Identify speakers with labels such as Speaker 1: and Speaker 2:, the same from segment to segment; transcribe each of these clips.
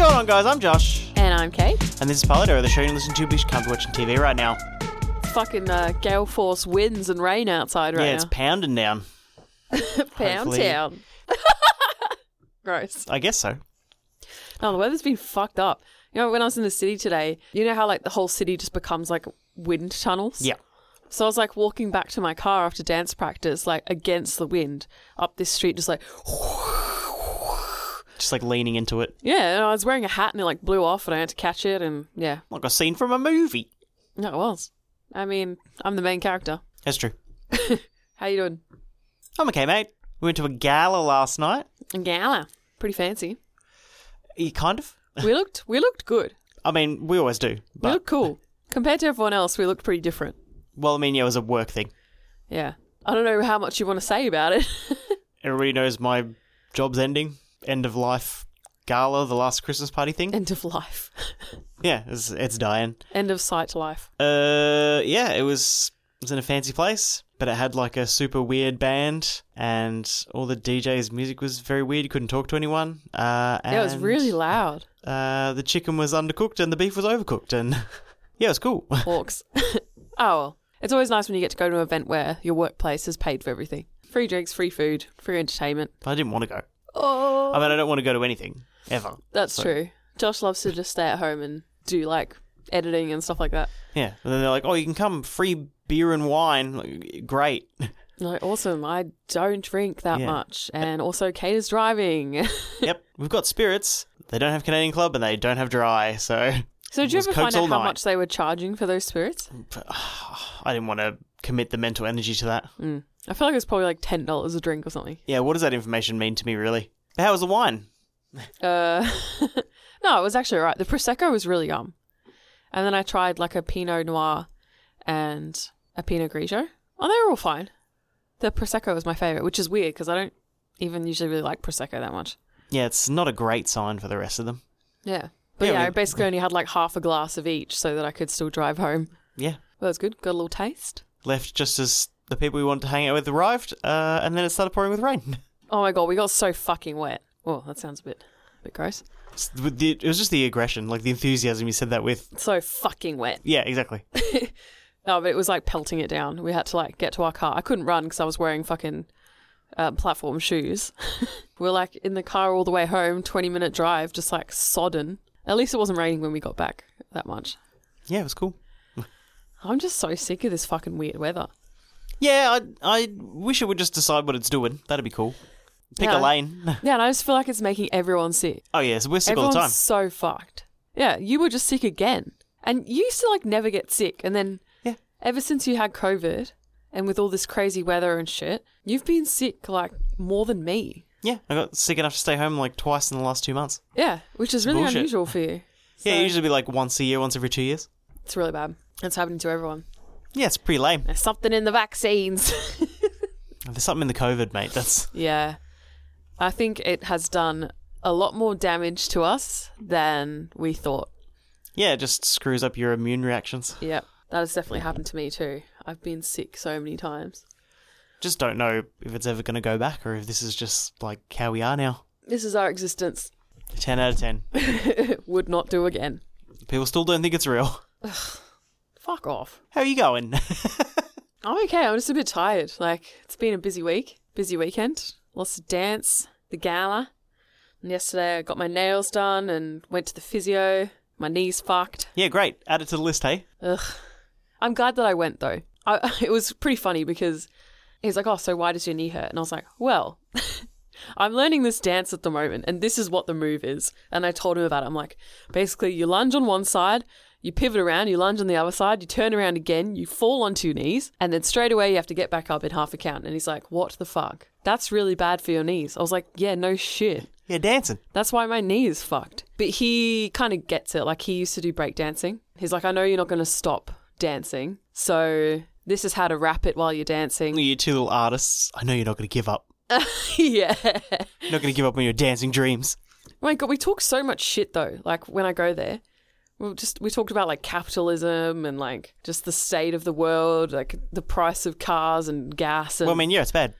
Speaker 1: on, guys? I'm Josh.
Speaker 2: And I'm Kate.
Speaker 1: And this is Paladero, the show you listen to because you can't be watching TV right now.
Speaker 2: Fucking uh, gale force winds and rain outside right
Speaker 1: yeah, it's pounding down.
Speaker 2: now. Pound
Speaker 1: hopefully-
Speaker 2: town. Gross.
Speaker 1: I guess so.
Speaker 2: No, the weather's been fucked up. You know, when I was in the city today, you know how like the whole city just becomes like wind tunnels?
Speaker 1: Yeah.
Speaker 2: So I was like walking back to my car after dance practice, like against the wind, up this street, just like,
Speaker 1: Just like leaning into it.
Speaker 2: yeah. And I was wearing a hat and it like blew off and I had to catch it. And yeah,
Speaker 1: Like a scene from a movie.
Speaker 2: no, it was. I mean, I'm the main character.
Speaker 1: That's true.
Speaker 2: How you doing?
Speaker 1: I'm okay, mate. We went to a gala last night.
Speaker 2: Gala. Pretty fancy.
Speaker 1: Yeah, Kind of.
Speaker 2: We looked, we looked good.
Speaker 1: I mean, we always do.
Speaker 2: we
Speaker 1: But,
Speaker 2: looked cool compared to everyone else. We looked pretty different.
Speaker 1: well, I mean, yeah, it was a work thing.
Speaker 2: Yeah, I don't know how much you want to say about it.
Speaker 1: Everybody knows my job's ending, end of life gala, the last Christmas party thing.
Speaker 2: End of life.
Speaker 1: Yeah, it's, it's dying.
Speaker 2: End of sight life.
Speaker 1: Uh, yeah, it was it was in a fancy place, but it had like a super weird band, and all the DJ's music was very weird. You couldn't talk to anyone. Uh, and,
Speaker 2: Yeah, it was really loud.
Speaker 1: Uh, the chicken was undercooked and the beef was overcooked, and yeah, it was cool.
Speaker 2: Hawks. oh well, it's always nice when you get to go to an event where your workplace has paid for everything. Free drinks, free food, free entertainment.
Speaker 1: But I didn't want to go.
Speaker 2: Oh,
Speaker 1: I mean, I don't want to go to anything ever.
Speaker 2: that's
Speaker 1: so-
Speaker 2: true. Josh loves to just stay at home and do like editing and stuff like that.
Speaker 1: Yeah, and then they're like, "Oh, you can come, free beer and wine." Like, Great.
Speaker 2: Like, awesome. I don't drink that
Speaker 1: Yeah.
Speaker 2: much, and also Kate is driving.
Speaker 1: yep, we've got spirits. They don't have Canadian Club and they don't have dry, so
Speaker 2: so, did you
Speaker 1: Was
Speaker 2: ever
Speaker 1: Cokes
Speaker 2: find
Speaker 1: all
Speaker 2: out how
Speaker 1: night.
Speaker 2: much they were charging for those spirits?
Speaker 1: I didn't want to commit the mental energy to that.
Speaker 2: I feel like it's probably like ten dollars a drink or something.
Speaker 1: Yeah, what does that information mean to me, really? But How was the wine?
Speaker 2: Uh, no, it was actually all right. The prosecco was really yum, and then I tried like a pinot noir and a pinot grigio, and they were all fine. The prosecco was my favorite, which is weird because I don't even usually really like prosecco that much.
Speaker 1: Yeah, it's not a great sign for the rest of them.
Speaker 2: Yeah, but
Speaker 1: Yeah,
Speaker 2: yeah,
Speaker 1: we-
Speaker 2: I basically only had like half a glass of each so that I could still drive home.
Speaker 1: Yeah,
Speaker 2: Well, that's good. Got a little taste.
Speaker 1: left just as the people we wanted to hang out with arrived, uh, and then it started pouring with rain.
Speaker 2: Oh my god, we got so fucking wet. Oh, that sounds a bit, a bit gross.
Speaker 1: It's the- the- It was just the aggression, like the enthusiasm you said that with.
Speaker 2: So fucking wet.
Speaker 1: Yeah, exactly.
Speaker 2: No, but it was like pelting it down. We had to like get to our car. I couldn't run because I was wearing fucking uh, platform shoes. we are like in the car all the way home, 20 minute drive, just like sodden. At least it wasn't raining when we got back that much.
Speaker 1: Yeah, it was cool.
Speaker 2: I'm just so sick of this fucking weird weather.
Speaker 1: Yeah, I I wish it would just decide what it's doing. That'd be cool. Pick
Speaker 2: Yeah.
Speaker 1: a lane.
Speaker 2: Yeah, and I just feel like it's making everyone sick.
Speaker 1: Oh yeah, so we're sick all
Speaker 2: Everyone's
Speaker 1: the time.
Speaker 2: so fucked. Yeah, you were just sick again. And you used to like never get sick. And then
Speaker 1: Yeah.
Speaker 2: ever since you had COVID and with all this crazy weather and shit, you've been sick like more than me.
Speaker 1: Yeah, I got sick enough to stay home like twice in the last two months.
Speaker 2: Yeah, which is really
Speaker 1: bullshit.
Speaker 2: unusual for you.
Speaker 1: Yeah,
Speaker 2: So-
Speaker 1: usually be like once a year, once every two years.
Speaker 2: It's really bad. It's happening to everyone.
Speaker 1: Yeah, it's pretty lame.
Speaker 2: There's something in the vaccines.
Speaker 1: There's something in the COVID, mate. That's
Speaker 2: yeah. I think it has done a lot more damage to us than we thought.
Speaker 1: yeah, it just screws up your immune reactions.
Speaker 2: Yep. That has definitely happened to me too. I've been sick so many times.
Speaker 1: just don't know if it's ever going to go back or if this is just like how we are now.
Speaker 2: This is our existence.
Speaker 1: 10 out of 10.
Speaker 2: It would not do again.
Speaker 1: People still don't think it's real.
Speaker 2: Fuck off.
Speaker 1: How are you going?
Speaker 2: I'm okay. I'm just a bit tired. Like, it's been a busy week, busy weekend. Lots of dance, the gala. And yesterday I got my nails done and went to the physio. My knee's fucked.
Speaker 1: yeah, great. Add it to the list, hey?
Speaker 2: Ugh. I'm glad that I went though. I, it was pretty funny because he's like, "Oh, so why does your knee hurt?" And I was like, "Well, I'm learning this dance at the moment, and this is what the move is." And I told him about it. I'm like, basically, you lunge on one side, you pivot around, you lunge on the other side, you turn around again, you fall onto your knees, and then straight away you have to get back up in half a count. And he's like, "What the fuck? That's really bad for your knees." I was like, "Yeah, no shit."
Speaker 1: Yeah, dancing.
Speaker 2: That's why my knee is fucked. But he kind of gets it. Like he used to do breakdancing. He's like, I know you're not going to stop dancing. So this is how to wrap it while you're dancing.
Speaker 1: You two little artists, I know you're not going to give up.
Speaker 2: yeah. Oh
Speaker 1: You're not going to give up on your dancing dreams.
Speaker 2: My God, we talk so much shit though. Like when I go there, we just we talked about like capitalism and like just the state of the world, like the price of cars and gas and
Speaker 1: Well, I mean, yeah, it's bad.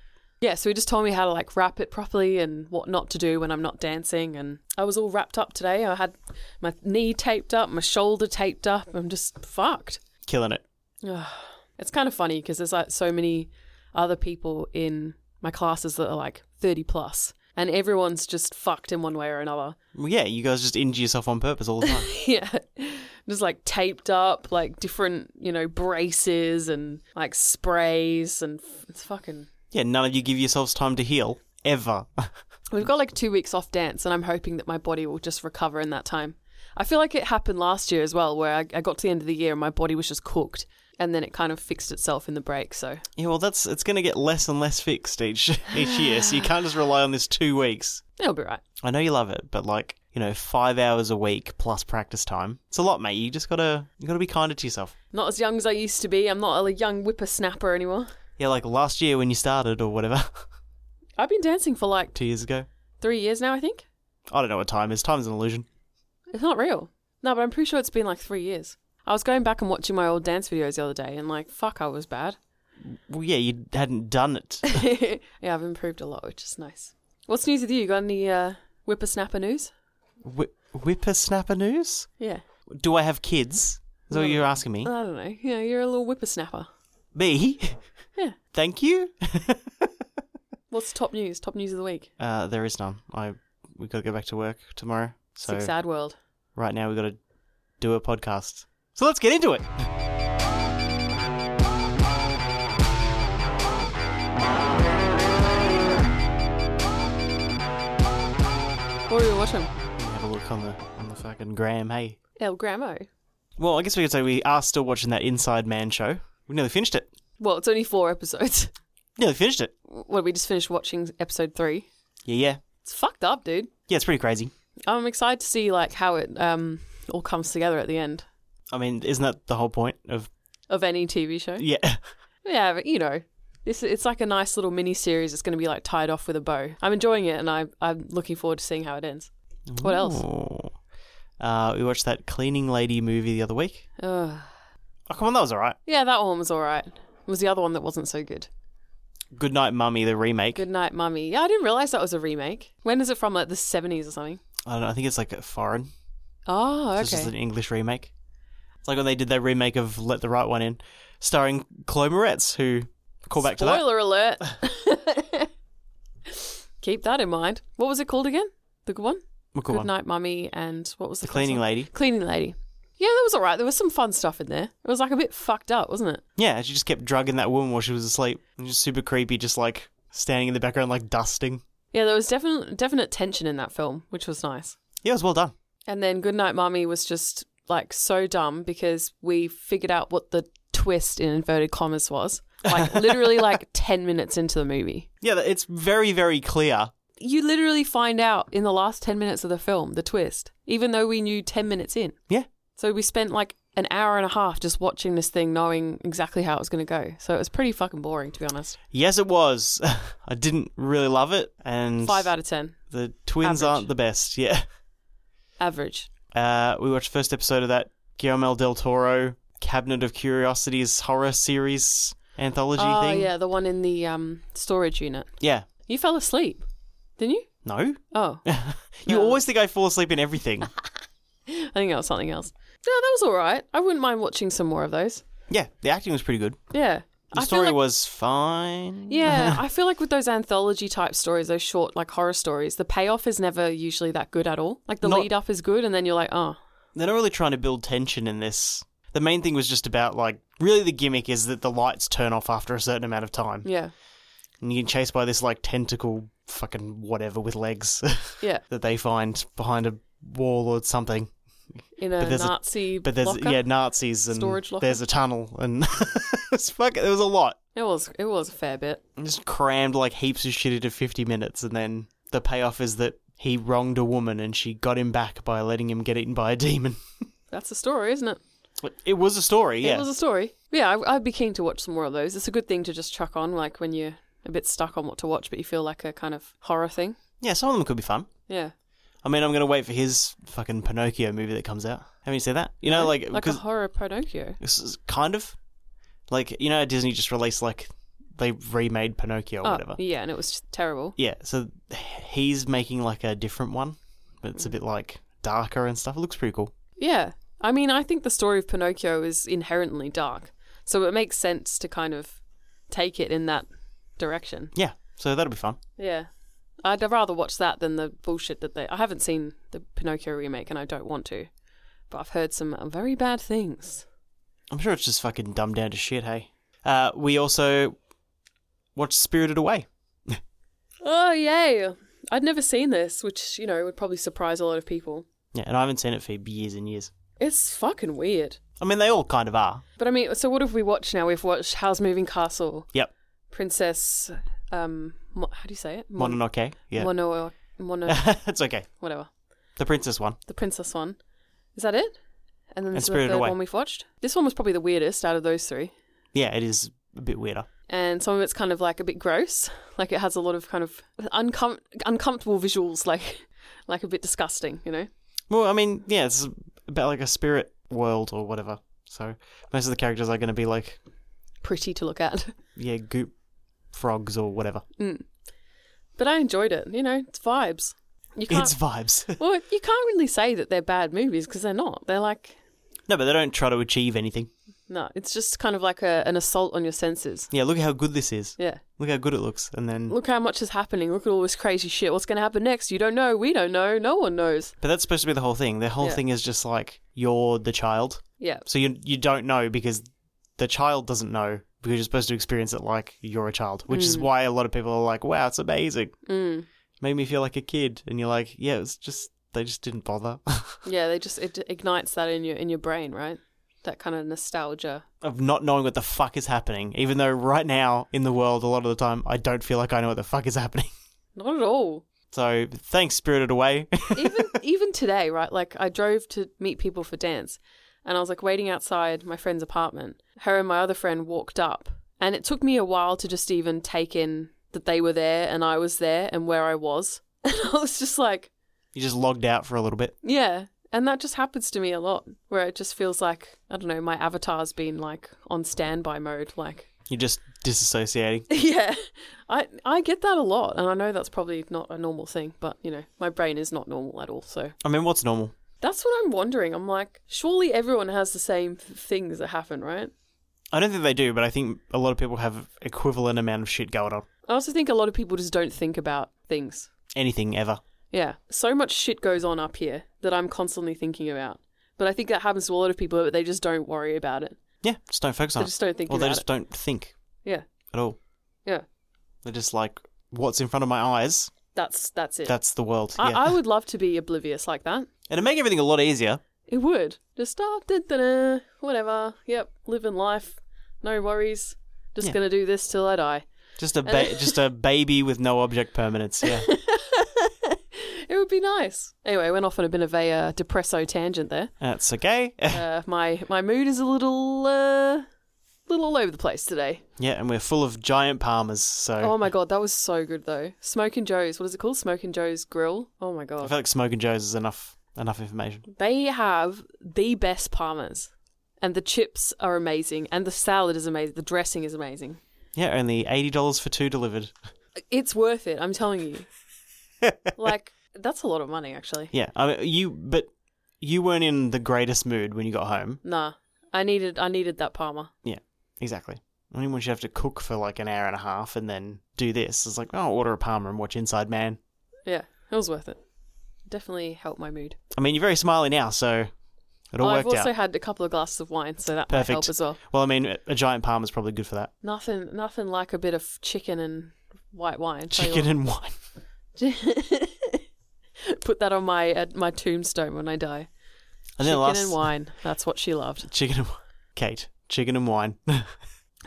Speaker 2: Yeah, so he just told me how to like wrap it properly and what not to do when I'm not dancing. And I was all wrapped up today. I had my knee taped up, my shoulder taped up. I'm just fucked.
Speaker 1: Killing it.
Speaker 2: Ugh. It's kind of funny because there's like so many other people in my classes that are like 30 plus, and everyone's just fucked in one way or another.
Speaker 1: Well, yeah, you guys just injure yourself on purpose all the time.
Speaker 2: yeah. Just like taped up, like different, you know, braces and like sprays, and f- it's fucking.
Speaker 1: yeah, none of you give yourselves time to heal ever.
Speaker 2: We've got like two weeks off dance, and I'm hoping that my body will just recover in that time. I feel like it happened last year as well, where I, I got to the end of the year and my body was just cooked, and then it kind of fixed itself in the break. So
Speaker 1: yeah, well, that's it's going to get less and less fixed each each year, so you can't just rely on this two weeks.
Speaker 2: it'll be right.
Speaker 1: I know you love it, but like you know, five hours a week plus practice time, it's a lot, mate. You just gotta you gotta be kinder to yourself.
Speaker 2: Not as young as I used to be. I'm not a young whippersnapper anymore.
Speaker 1: Yeah, like last year when you started or whatever,
Speaker 2: I've been dancing for like
Speaker 1: two years ago.
Speaker 2: three years now, I think.
Speaker 1: I don't know what time is. Time's an illusion.
Speaker 2: It's not real. No, but I'm pretty sure it's been like three years. I was going back and watching my old dance videos the other day, and like, fuck, I was bad.
Speaker 1: Well, yeah, you hadn't done it.
Speaker 2: yeah, I've improved a lot, which is nice. What's news with you? You got any uh, whippersnapper news?
Speaker 1: Whi whippersnapper news?
Speaker 2: Yeah.
Speaker 1: Do I have kids? Is that what you're asking me?
Speaker 2: I don't know. Yeah, you're a little whippersnapper.
Speaker 1: Me?
Speaker 2: Yeah.
Speaker 1: Thank you.
Speaker 2: What's top news? Top news of the week.
Speaker 1: Uh, there is none. I we got to go back to work tomorrow. So
Speaker 2: Sick Sad World.
Speaker 1: right now we got to do a podcast. So let's get into it.
Speaker 2: What are we watching?
Speaker 1: Have a look on the on the fucking gram. Hey.
Speaker 2: El Gramo.
Speaker 1: Well, I guess we could say we are still watching that Inside Man show. We nearly finished it.
Speaker 2: Well, it's only four episodes.
Speaker 1: Nearly finished it.
Speaker 2: What, we just finished watching episode three?
Speaker 1: Yeah, yeah,
Speaker 2: It's fucked up, dude.
Speaker 1: yeah. It's pretty crazy.
Speaker 2: I'm excited to see like how it um all comes together at the end
Speaker 1: I mean, isn't that the whole point of?
Speaker 2: of any TV show.
Speaker 1: Yeah,
Speaker 2: Yeah, but you know, this it's like a nice little mini series. It's going to be like tied off with a bow. I'm enjoying it, and I I'm looking forward to seeing how it ends. What else?
Speaker 1: Ooh. Uh, we watched that cleaning lady movie the other week.
Speaker 2: Ugh.
Speaker 1: Oh, come on, that was all right.
Speaker 2: Yeah, that one was all right. It was the other one that wasn't so good.
Speaker 1: Good Night Mummy, the remake.
Speaker 2: Good Night Mummy. Yeah, I didn't realize that was a remake. When is it from? Like the 70s or something?
Speaker 1: I don't know. I think it's like a foreign.
Speaker 2: Oh, okay.
Speaker 1: It's just an English remake. It's like when they did their remake of Let the Right One In, starring Chloe Moretz, who call back to that.
Speaker 2: Spoiler alert. Keep that in mind. What was it called again? The good one?
Speaker 1: Well, cool
Speaker 2: good
Speaker 1: one.
Speaker 2: Night Mummy and what was the,
Speaker 1: The cleaning
Speaker 2: first one?
Speaker 1: lady.
Speaker 2: Cleaning Lady. Yeah, that was all right. There was some fun stuff in there. It was like a bit fucked up, wasn't it?
Speaker 1: Yeah, she just kept drugging that woman while she was asleep. And just super creepy, just like standing in the background, like dusting.
Speaker 2: Yeah, there was definite definite tension in that film, which was nice.
Speaker 1: Yeah, it was well done.
Speaker 2: And then Goodnight Mommy was just like so dumb because we figured out what the twist in inverted commas was. Like literally like 10 minutes into the movie.
Speaker 1: Yeah, that- it's very, very clear.
Speaker 2: You literally find out in the last 10 minutes of the film the twist, even though we knew 10 minutes in.
Speaker 1: Yeah.
Speaker 2: So we spent like an hour and a half just watching this thing knowing exactly how it was going to go. So it was pretty fucking boring to be honest.
Speaker 1: Yes, it was. I didn't really love it. And
Speaker 2: 5 out of 10.
Speaker 1: the twins
Speaker 2: Average.
Speaker 1: aren't the best. Yeah.
Speaker 2: Average.
Speaker 1: Uh, we watched the first episode of that Guillermo del Toro Cabinet of Curiosities horror series anthology
Speaker 2: oh
Speaker 1: thing.
Speaker 2: yeah, the one in the um, storage unit.
Speaker 1: Yeah.
Speaker 2: You fell asleep, didn't you?
Speaker 1: No?
Speaker 2: Oh,
Speaker 1: You always think I fall asleep in everything.
Speaker 2: I think that was something else. No, that was all right. I wouldn't mind watching some more of those.
Speaker 1: yeah, the acting was pretty good.
Speaker 2: Yeah.
Speaker 1: The
Speaker 2: I feel
Speaker 1: story
Speaker 2: like-
Speaker 1: was fine.
Speaker 2: Yeah, I feel like with those anthology type stories, those short like horror stories, the payoff is never usually that good at all. Like the
Speaker 1: Not-
Speaker 2: lead up is good, and then you're like, oh,
Speaker 1: They're not really trying to build tension in this. The main thing was just about like really the gimmick is that the lights turn off after a certain amount of time.
Speaker 2: yeah,
Speaker 1: And you get chased by this like tentacle fucking whatever with legs
Speaker 2: yeah,
Speaker 1: that they find behind a wall or something.
Speaker 2: in a
Speaker 1: But there's a-
Speaker 2: Nazi
Speaker 1: But there's
Speaker 2: locker.
Speaker 1: yeah, Nazis and
Speaker 2: Storage locker.
Speaker 1: there's a tunnel and it's fucking there was a lot.
Speaker 2: It was it was a fair bit.
Speaker 1: just crammed like heaps of shit into 50 minutes and then the payoff is that he wronged a woman and she got him back by letting him get eaten by a demon
Speaker 2: That's a story, isn't it?
Speaker 1: it was a story yeah
Speaker 2: It was a story. Yeah, I, I'd be keen to watch some more of those. It's a good thing to just chuck on, like when you're a bit stuck on what to watch, but you feel like a kind of horror thing.
Speaker 1: yeah some of them could be fun
Speaker 2: Yeah,
Speaker 1: i mean i'm gonna wait for his fucking pinocchio movie that comes out haven't you seen that you know like
Speaker 2: like a
Speaker 1: because
Speaker 2: horror Pinocchio.
Speaker 1: it's kind of like you know how disney just released like they remade Pinocchio or
Speaker 2: Oh,
Speaker 1: whatever.
Speaker 2: yeah, and it was just terrible.
Speaker 1: Yeah, so he's making like a different one, but
Speaker 2: Mm.
Speaker 1: it's a bit like darker and stuff. It looks pretty cool.
Speaker 2: Yeah. I mean, I think the story of Pinocchio is inherently dark. So it makes sense to kind of take it in that direction.
Speaker 1: Yeah, so that'll be fun.
Speaker 2: Yeah. I'd rather watch that than the bullshit that they. I haven't seen the Pinocchio remake and I don't want to. But I've heard some very bad things.
Speaker 1: I'm sure it's just fucking dumbed down to shit, hey? Uh, we also watched Spirited Away.
Speaker 2: Oh, yay. I'd never seen this, which, you know, would probably surprise a lot of people.
Speaker 1: Yeah, and I haven't seen it for years and years.
Speaker 2: It's fucking weird.
Speaker 1: I mean, they all kind of are.
Speaker 2: But I mean, so what have we watched now? We've watched How's Moving Castle,
Speaker 1: Yep.
Speaker 2: Princess. Um, Mo- how do you say it? Mon-
Speaker 1: Mononoke. Yeah.
Speaker 2: Mono, mono,
Speaker 1: it's okay.
Speaker 2: whatever.
Speaker 1: The princess one.
Speaker 2: The princess one. Is that it? And then
Speaker 1: And
Speaker 2: this is the
Speaker 1: Spirited
Speaker 2: third
Speaker 1: Away.
Speaker 2: one we've watched. This one was probably the weirdest out of those three.
Speaker 1: Yeah, it is a bit weirder.
Speaker 2: And some of it's kind of like a bit gross. Like it has a lot of kind of uncom- uncomfortable visuals, like like a bit disgusting, you know?
Speaker 1: Well, I mean, yeah, it's about like a spirit world or whatever. So most of the characters are going to be like,
Speaker 2: Pretty to look at.
Speaker 1: yeah, goop frogs or whatever.
Speaker 2: But I enjoyed it, you know, it's vibes. You can't,
Speaker 1: It's vibes.
Speaker 2: well, you can't really say that they're bad movies because they're not. They're like,
Speaker 1: no, but they don't try to achieve anything.
Speaker 2: no, it's just kind of like a, an assault on your senses.
Speaker 1: Yeah, look at how good this is.
Speaker 2: Yeah.
Speaker 1: Look how good it looks. And then,
Speaker 2: Look how much is happening. Look at all this crazy shit. What's going to happen next? You don't know. We don't know. No one knows.
Speaker 1: but that's supposed to be the whole thing. The whole
Speaker 2: Yeah.
Speaker 1: thing is just like you're the child,
Speaker 2: Yeah.
Speaker 1: so you you don't know because the child doesn't know because you're supposed to experience it like you're a child, which is why a lot of people are like, "Wow, it's amazing."
Speaker 2: Mm.
Speaker 1: Made me feel like a kid, and you're like, "Yeah, it's just they just didn't bother."
Speaker 2: Yeah, they just it ignites that in your in your brain, right? That kind of nostalgia.
Speaker 1: of not knowing what the fuck is happening, even though right now in the world, a lot of the time, I don't feel like I know what the fuck is happening.
Speaker 2: Not at all.
Speaker 1: So thanks, Spirited Away.
Speaker 2: Even even today, right? Like I drove to meet people for dance, and I was like waiting outside my friend's apartment. Her and my other friend walked up, and it took me a while to just even take in that they were there and I was there and where I was. And I was just like,
Speaker 1: you just logged out for a little bit.
Speaker 2: yeah. And that just happens to me a lot, where it just feels like I don't know, my avatar's been like on standby mode, like
Speaker 1: You're just disassociating.
Speaker 2: Yeah, I I get that a lot, and I know that's probably not a normal thing, but you know, my brain is not normal at all. So
Speaker 1: I mean, what's normal?
Speaker 2: that's what I'm wondering. I'm like, surely everyone has the same th- things that happen, right?
Speaker 1: I don't think they do, but I think a lot of people have equivalent amount of shit going on.
Speaker 2: I also think a lot of people just don't think about things.
Speaker 1: Anything ever.
Speaker 2: Yeah, so much shit goes on up here that I'm constantly thinking about. But I think that happens to a lot of people, but they just don't worry about it.
Speaker 1: Yeah, just don't focus on
Speaker 2: They
Speaker 1: it.
Speaker 2: just don't think
Speaker 1: Or they
Speaker 2: about
Speaker 1: just
Speaker 2: it.
Speaker 1: don't think
Speaker 2: Yeah,
Speaker 1: at all.
Speaker 2: yeah,
Speaker 1: They're just like, what's in front of my eyes?
Speaker 2: that's that's it.
Speaker 1: That's the world.
Speaker 2: I,
Speaker 1: yeah.
Speaker 2: I would love to be oblivious like that.
Speaker 1: It'd make everything a lot easier.
Speaker 2: It would. Just start, da, da, da, whatever. Yep, living life. No worries. Just
Speaker 1: Yeah.
Speaker 2: going to do this till I die.
Speaker 1: Just a ba- just a baby with no object permanence. Yeah.
Speaker 2: It would be nice. Anyway, went off on a bit of a uh, depresso tangent there.
Speaker 1: That's okay.
Speaker 2: Uh, my my mood is a little uh, little all over the place today.
Speaker 1: Yeah, and we're full of giant palmers, so
Speaker 2: Oh my god, that was so good though. Smoke and Joe's. What is it called? Smoke and Joe's Grill. Oh my
Speaker 1: I
Speaker 2: god,
Speaker 1: feel like Smoke and Joe's is enough enough information.
Speaker 2: they have the best parmas, and the chips are amazing, and the salad is amazing. The dressing is amazing.
Speaker 1: Yeah, only eighty dollars for two delivered.
Speaker 2: it's worth it. I'm telling you. like that's a lot of money, actually.
Speaker 1: Yeah, I mean, you but you weren't in the greatest mood when you got home.
Speaker 2: Nah, I needed I needed that Palmer.
Speaker 1: Yeah, exactly. Only once you have to cook for like an hour and a half and then do this, it's like oh, order a Palmer and watch Inside Man.
Speaker 2: Yeah, it was worth it. Definitely helped my mood.
Speaker 1: I mean, you're very smiley now, so it all
Speaker 2: I've
Speaker 1: worked
Speaker 2: also
Speaker 1: out.
Speaker 2: had a couple of glasses of wine, so that might
Speaker 1: Perfect.
Speaker 2: help as well.
Speaker 1: Well, I mean, a giant Palmer's probably good for that.
Speaker 2: Nothing, nothing like a bit of chicken and white wine. Tell you
Speaker 1: Chicken and wine.
Speaker 2: what. Put that on my uh, my tombstone when I die.
Speaker 1: And then
Speaker 2: Chicken
Speaker 1: last
Speaker 2: and wine. That's what she loved.
Speaker 1: chicken and Kate. Chicken and wine.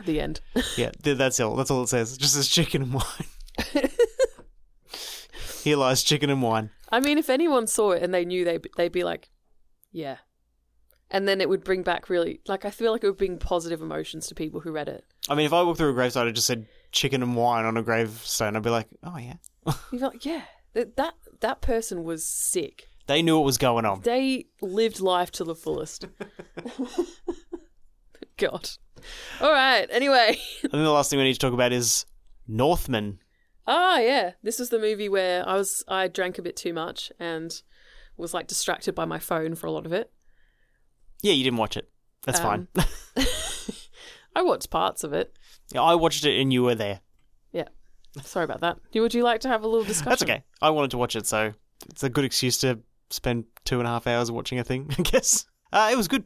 Speaker 2: The end.
Speaker 1: Yeah, th- that's all. That's all it says. It just says chicken and wine. Here lies chicken and wine.
Speaker 2: I mean, if anyone saw it and they knew, they they'd be like, "Yeah," and then it would bring back really like I feel like it would bring positive emotions to people who read it.
Speaker 1: I mean, if I walked through a gravesite and just said chicken and wine on a gravestone, I'd be like, oh yeah,
Speaker 2: You'd be like, "Yeah, that that, that person was sick.
Speaker 1: they knew what was going on.
Speaker 2: They lived life to the fullest." God. All right. Anyway.
Speaker 1: And then the last thing we need to talk about is Northman.
Speaker 2: Ah, yeah. This was the movie where I was I drank a bit too much and was like distracted by my phone for a lot of it.
Speaker 1: Yeah, you didn't watch it. That's
Speaker 2: Um,
Speaker 1: fine.
Speaker 2: I watched parts of it.
Speaker 1: Yeah, I watched it and you were there.
Speaker 2: Yeah. Sorry about that. Do- Would you like to have a little discussion?
Speaker 1: That's okay. I wanted to watch it, so it's a good excuse to spend two and a half hours watching a thing, I guess. Uh, it was good.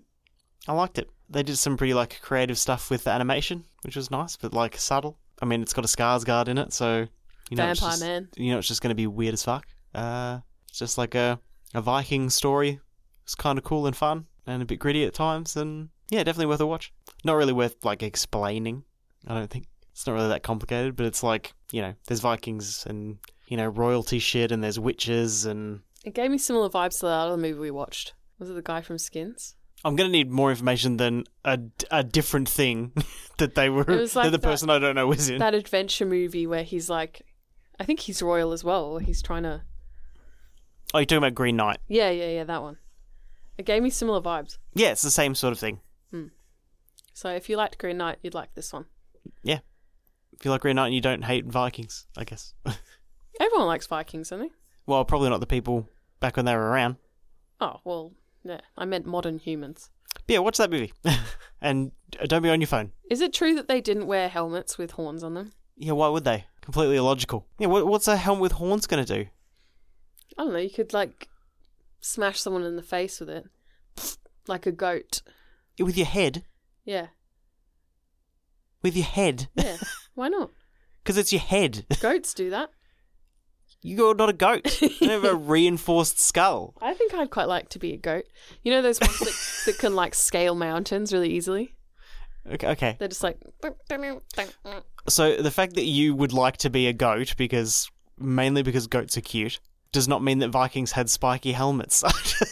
Speaker 1: I liked it. They did some pretty like creative stuff with the animation, which was nice, but like subtle. I mean, it's got a Skarsgård in it, so you know, it's
Speaker 2: Vampire
Speaker 1: just-
Speaker 2: Man.
Speaker 1: You know, it's just going to be weird as fuck. Uh, it's just like a a Viking story. It's kind of cool and fun, and a bit gritty at times, and yeah, definitely worth a watch. Not really worth like explaining. I don't think it's not really that complicated, but it's like you know, there's Vikings and you know royalty shit, and there's witches, and
Speaker 2: It gave me similar vibes to that other movie we watched. Was it the guy from Skins?
Speaker 1: I'm gonna need more information than a, a different thing that they were
Speaker 2: It was like
Speaker 1: that the
Speaker 2: that-
Speaker 1: person I don't know was in.
Speaker 2: That adventure movie where he's like, I think he's royal as well. He's trying to.
Speaker 1: oh, you're talking about Green Knight?
Speaker 2: Yeah, yeah, yeah. That one. It gave me similar vibes.
Speaker 1: Yeah, it's the same sort of thing.
Speaker 2: So if you liked Green Knight, you'd like this one.
Speaker 1: If you like Green Knight and you don't hate Vikings, I guess.
Speaker 2: Everyone likes Vikings, don't they?
Speaker 1: Well, probably not the people back when they were around.
Speaker 2: Oh well, yeah. I meant modern humans.
Speaker 1: But yeah, watch that movie. and uh, don't be on your phone.
Speaker 2: Is it true that they didn't wear helmets with horns on them?
Speaker 1: Yeah, why would they? Completely illogical. Yeah, what, what's a helm with horns going to do?
Speaker 2: I don't know. You could like smash someone in the face with it, like a goat.
Speaker 1: Yeah, With your head.
Speaker 2: Yeah,
Speaker 1: With your head.
Speaker 2: yeah. Why not?
Speaker 1: Because it's your head.
Speaker 2: Goats do that.
Speaker 1: You're not a goat. You have a reinforced skull.
Speaker 2: I think I'd quite like to be a goat. You know those ones that, that can like scale mountains really easily.
Speaker 1: Okay, okay.
Speaker 2: They're just like
Speaker 1: So the fact that you would like to be a goat, because mainly because goats are cute, does not mean that Vikings had spiky helmets.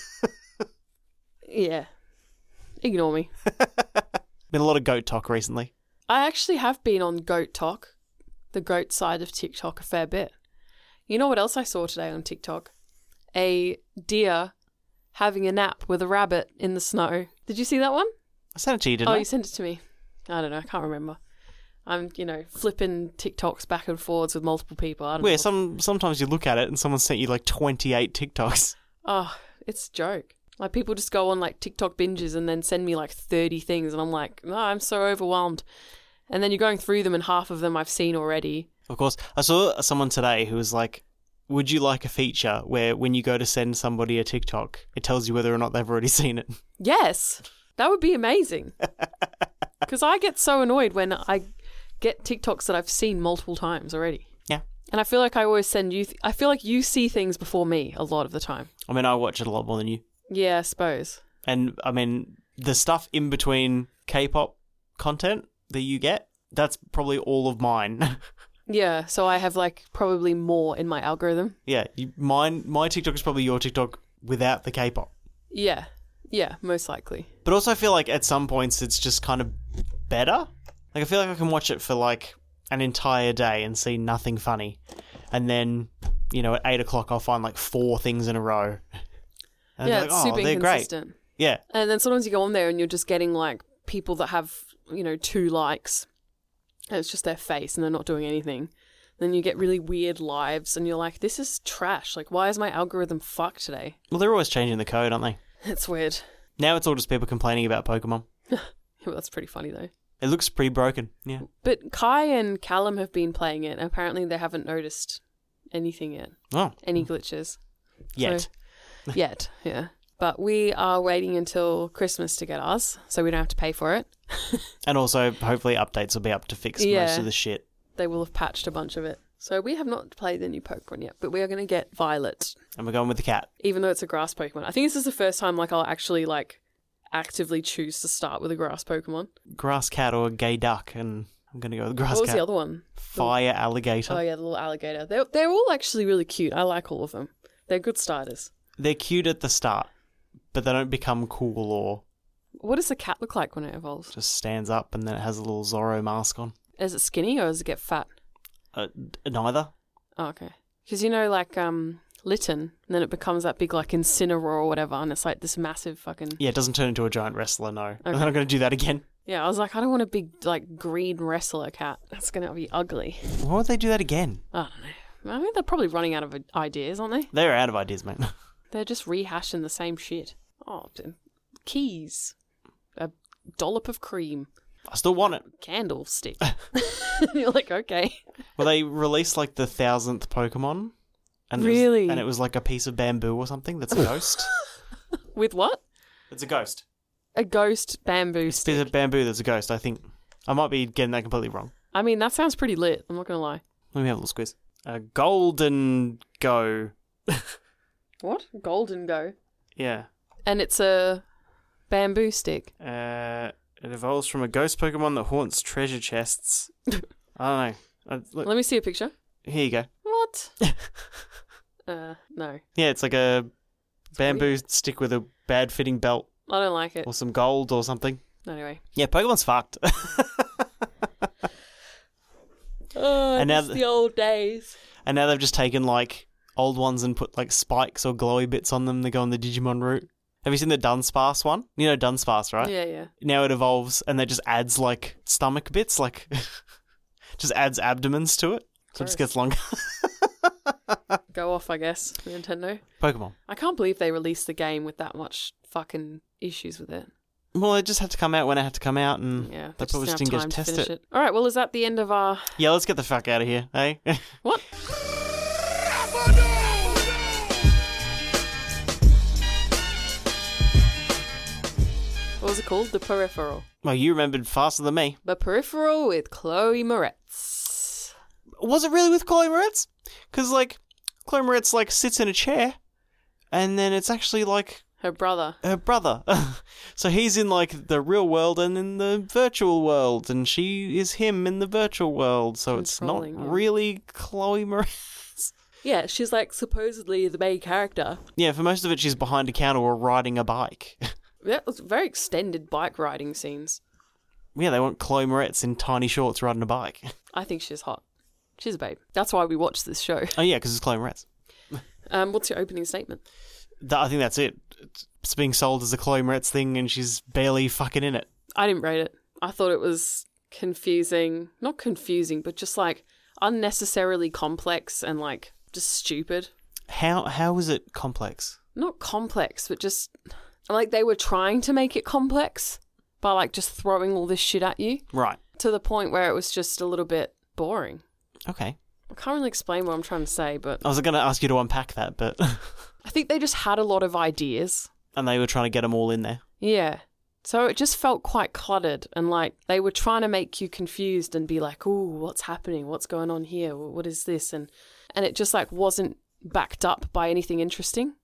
Speaker 2: yeah. Ignore me.
Speaker 1: Been a lot of goat talk recently.
Speaker 2: I actually have been on Goat Talk, the goat side of TikTok, a fair bit. You know what else I saw today on TikTok? A deer having a nap with a rabbit in the snow. Did you see that one?
Speaker 1: I sent it to you, didn't
Speaker 2: Oh,
Speaker 1: I?
Speaker 2: you sent it to me. I don't know. I can't remember. I'm, you know, flipping TikToks back and forwards with multiple people. I don't know.
Speaker 1: Where some sometimes you look at it and someone sent you like twenty eight TikToks.
Speaker 2: Oh, it's a joke. Like people just go on like TikTok binges and then send me like 30 things and I'm like, "No, I'm so overwhelmed." And then you're going through them and half of them I've seen already.
Speaker 1: Of course, I saw someone today who was like, "Would you like a feature where when you go to send somebody a TikTok, it tells you whether or not they've already seen it?"
Speaker 2: Yes. That would be amazing. Cuz I get so annoyed when I get TikToks that I've seen multiple times already.
Speaker 1: Yeah,
Speaker 2: And I feel like I always send you th- I feel like you see things before me a lot of the time.
Speaker 1: I mean, I watch it a lot more than you,
Speaker 2: Yeah, I suppose.
Speaker 1: and I mean the stuff in between K-pop content that you get. That's probably all of mine.
Speaker 2: Yeah, so I have like probably more in my algorithm.
Speaker 1: yeah, you, mine. My TikTok is probably your TikTok without the K-pop.
Speaker 2: Yeah. Yeah, most likely.
Speaker 1: But also, I feel like at some points it's just kind of better. Like, I feel like I can watch it for like an entire day and see nothing funny. And then, you know, at eight o'clock, I'll find like four things in a row. And
Speaker 2: yeah,
Speaker 1: be like, "Oh,
Speaker 2: it's super
Speaker 1: they're great.
Speaker 2: inconsistent.
Speaker 1: Yeah.
Speaker 2: And then sometimes you go on there and you're just getting like people that have, you know, two likes and it's just their face and they're not doing anything. Then you get really weird lives and you're like, this is trash. Like, why is my algorithm fucked today?
Speaker 1: Well, they're always changing the code, aren't they?
Speaker 2: It's weird.
Speaker 1: Now it's all just people complaining about Pokemon.
Speaker 2: Well, that's pretty funny though.
Speaker 1: It looks pretty broken. Yeah.
Speaker 2: But Kai and Callum have been playing it and apparently they haven't noticed anything yet,
Speaker 1: Oh,
Speaker 2: any glitches.
Speaker 1: yet.
Speaker 2: So- Yet, yeah. But we are waiting until Christmas to get ours, so we don't have to pay for it.
Speaker 1: And also, hopefully, updates will be up to fix most
Speaker 2: Yeah.
Speaker 1: of the shit.
Speaker 2: They will have patched a bunch of it. So we have not played the new Pokemon yet, but we are going to get Violet,
Speaker 1: And we're going with the cat.
Speaker 2: even though it's a grass Pokemon. I think this is the first time like I'll actually like actively choose to start with a grass Pokemon.
Speaker 1: Grass cat or gay duck. And I'm going to go with grass
Speaker 2: what was
Speaker 1: cat.
Speaker 2: the other one?
Speaker 1: Fire alligator.
Speaker 2: Oh yeah, the little alligator. They're they're all actually really cute. I like all of them. They're good starters.
Speaker 1: they're cute at the start, but they don't become cool or
Speaker 2: What does the cat look like when it evolves?
Speaker 1: just stands up and then it has a little Zorro mask on.
Speaker 2: Is it skinny or does it get fat?
Speaker 1: Uh, d- neither.
Speaker 2: Oh, okay. Because you know, like um, Litten, and then it becomes that big like Incineroar or whatever, and it's like this massive fucking.
Speaker 1: Yeah, it doesn't turn into a giant wrestler, no. I'm not going to do that again.
Speaker 2: Yeah, I was like, I don't want a big like green wrestler cat. That's gonna be ugly.
Speaker 1: Why would they do that again?
Speaker 2: I don't know. I mean, they're probably running out of i- ideas, aren't they?
Speaker 1: They're out of ideas, mate.
Speaker 2: They're just rehashing the same shit. Oh, d- keys, a dollop of cream,
Speaker 1: I still want it.
Speaker 2: candlestick. You're like, okay.
Speaker 1: Well, they released like the thousandth Pokemon. And it was-
Speaker 2: Really?
Speaker 1: and it was like a piece of bamboo or something that's a ghost.
Speaker 2: With what?
Speaker 1: it's a ghost.
Speaker 2: A ghost bamboo
Speaker 1: It's a piece
Speaker 2: stick.
Speaker 1: of bamboo that's a ghost, I think. I might be getting that completely wrong.
Speaker 2: I mean, that sounds pretty lit. I'm not gonna lie.
Speaker 1: Let me have a little squeeze. A golden go.
Speaker 2: What? Golden go.
Speaker 1: Yeah.
Speaker 2: And it's a bamboo stick.
Speaker 1: Uh, it evolves from a ghost Pokemon that haunts treasure chests. I don't know. Uh, look,
Speaker 2: Let me see a picture.
Speaker 1: here you go.
Speaker 2: What? uh, no.
Speaker 1: Yeah, it's like a bamboo stick with a bad fitting belt
Speaker 2: I don't like it.
Speaker 1: or some gold or something.
Speaker 2: Anyway.
Speaker 1: Yeah, Pokemon's fucked.
Speaker 2: Oh,
Speaker 1: And now
Speaker 2: it's
Speaker 1: th-
Speaker 2: the old days.
Speaker 1: and now they've just taken like old ones and put like spikes or glowy bits on them. They go on the Digimon route. Have you seen the Dunsparce one? You know Dunsparce, right?
Speaker 2: Yeah, yeah.
Speaker 1: Now it evolves and they just adds like stomach bits, like just adds abdomens to it. So it just
Speaker 2: Gross.
Speaker 1: gets longer.
Speaker 2: Go off, I guess, Nintendo.
Speaker 1: Pokemon.
Speaker 2: I can't believe they released the game with that much fucking issues with it.
Speaker 1: Well, it just had to come out when it had to come out, and
Speaker 2: Yeah.
Speaker 1: they probably just didn't get to test it.
Speaker 2: All right, well, is that the end of our.
Speaker 1: Yeah, let's get the fuck out of here, eh?
Speaker 2: What? What was it called? The Peripheral.
Speaker 1: well, you remembered faster than me.
Speaker 2: The Peripheral with Chloe Moretz.
Speaker 1: Was it really with Chloe Moretz? Because like, Chloe Moretz like sits in a chair, and then it's actually like
Speaker 2: Her brother.
Speaker 1: her brother. so he's in like the real world and in the virtual world, and she is him in the virtual world. So it's not
Speaker 2: Controlling him.
Speaker 1: really Chloe Moretz.
Speaker 2: Yeah, she's like supposedly the main character.
Speaker 1: Yeah, for most of it, she's behind a counter or riding a bike.
Speaker 2: That was very extended bike riding scenes.
Speaker 1: yeah, they want Chloe Moretz in tiny shorts riding a bike.
Speaker 2: I think she's hot. She's a babe. That's why we watch this show.
Speaker 1: oh yeah, because it's Chloe Moretz.
Speaker 2: Um, what's your opening statement?
Speaker 1: Th- I think that's it. It's- It's being sold as a Chloe Moretz thing, and she's barely fucking in it.
Speaker 2: I didn't rate it. I thought it was confusing. Not confusing, but just like unnecessarily complex and like just stupid.
Speaker 1: How how is it complex?
Speaker 2: Not complex, but just like they were trying to make it complex by like just throwing all this shit at you
Speaker 1: Right.
Speaker 2: to the point where it was just a little bit boring.
Speaker 1: Okay.
Speaker 2: I can't really explain what I'm trying to say, but
Speaker 1: I was going to ask you to unpack that, but
Speaker 2: I think they just had a lot of ideas
Speaker 1: and they were trying to get them all in there.
Speaker 2: Yeah. So it just felt quite cluttered and like they were trying to make you confused and be like, "Ooh, what's happening? What's going on here? Wh- What is this?" and and it just like wasn't backed up by anything interesting.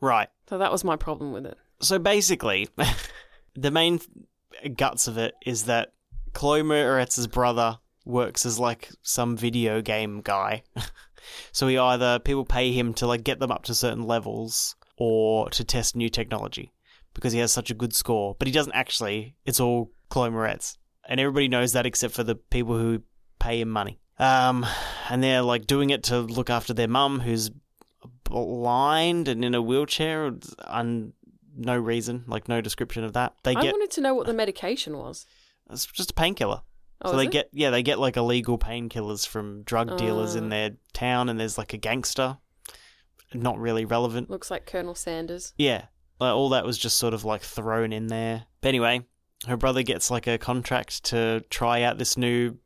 Speaker 1: Right.
Speaker 2: So that was my problem with it.
Speaker 1: So basically, the main th- guts of it is that Chloe Moretz's brother works as like some video game guy. so he either people pay him to like get them up to certain levels or to test new technology because he has such a good score, but he doesn't actually. It's all Chloe Moretz, and everybody knows that except for the people who pay him money. Um, and they're like doing it to look after their mum who's blind and in a wheelchair and no reason, like no description of that. They
Speaker 2: I
Speaker 1: get
Speaker 2: wanted to know what the medication was.
Speaker 1: it's just a painkiller.
Speaker 2: Oh,
Speaker 1: so
Speaker 2: is
Speaker 1: they
Speaker 2: it?
Speaker 1: get yeah, they get like illegal painkillers from drug dealers
Speaker 2: Ah.
Speaker 1: in their town and there's like a gangster. Not really relevant.
Speaker 2: looks like Colonel Sanders.
Speaker 1: Yeah. Like, all that was just sort of like thrown in there. But anyway, her brother gets like a contract to try out this new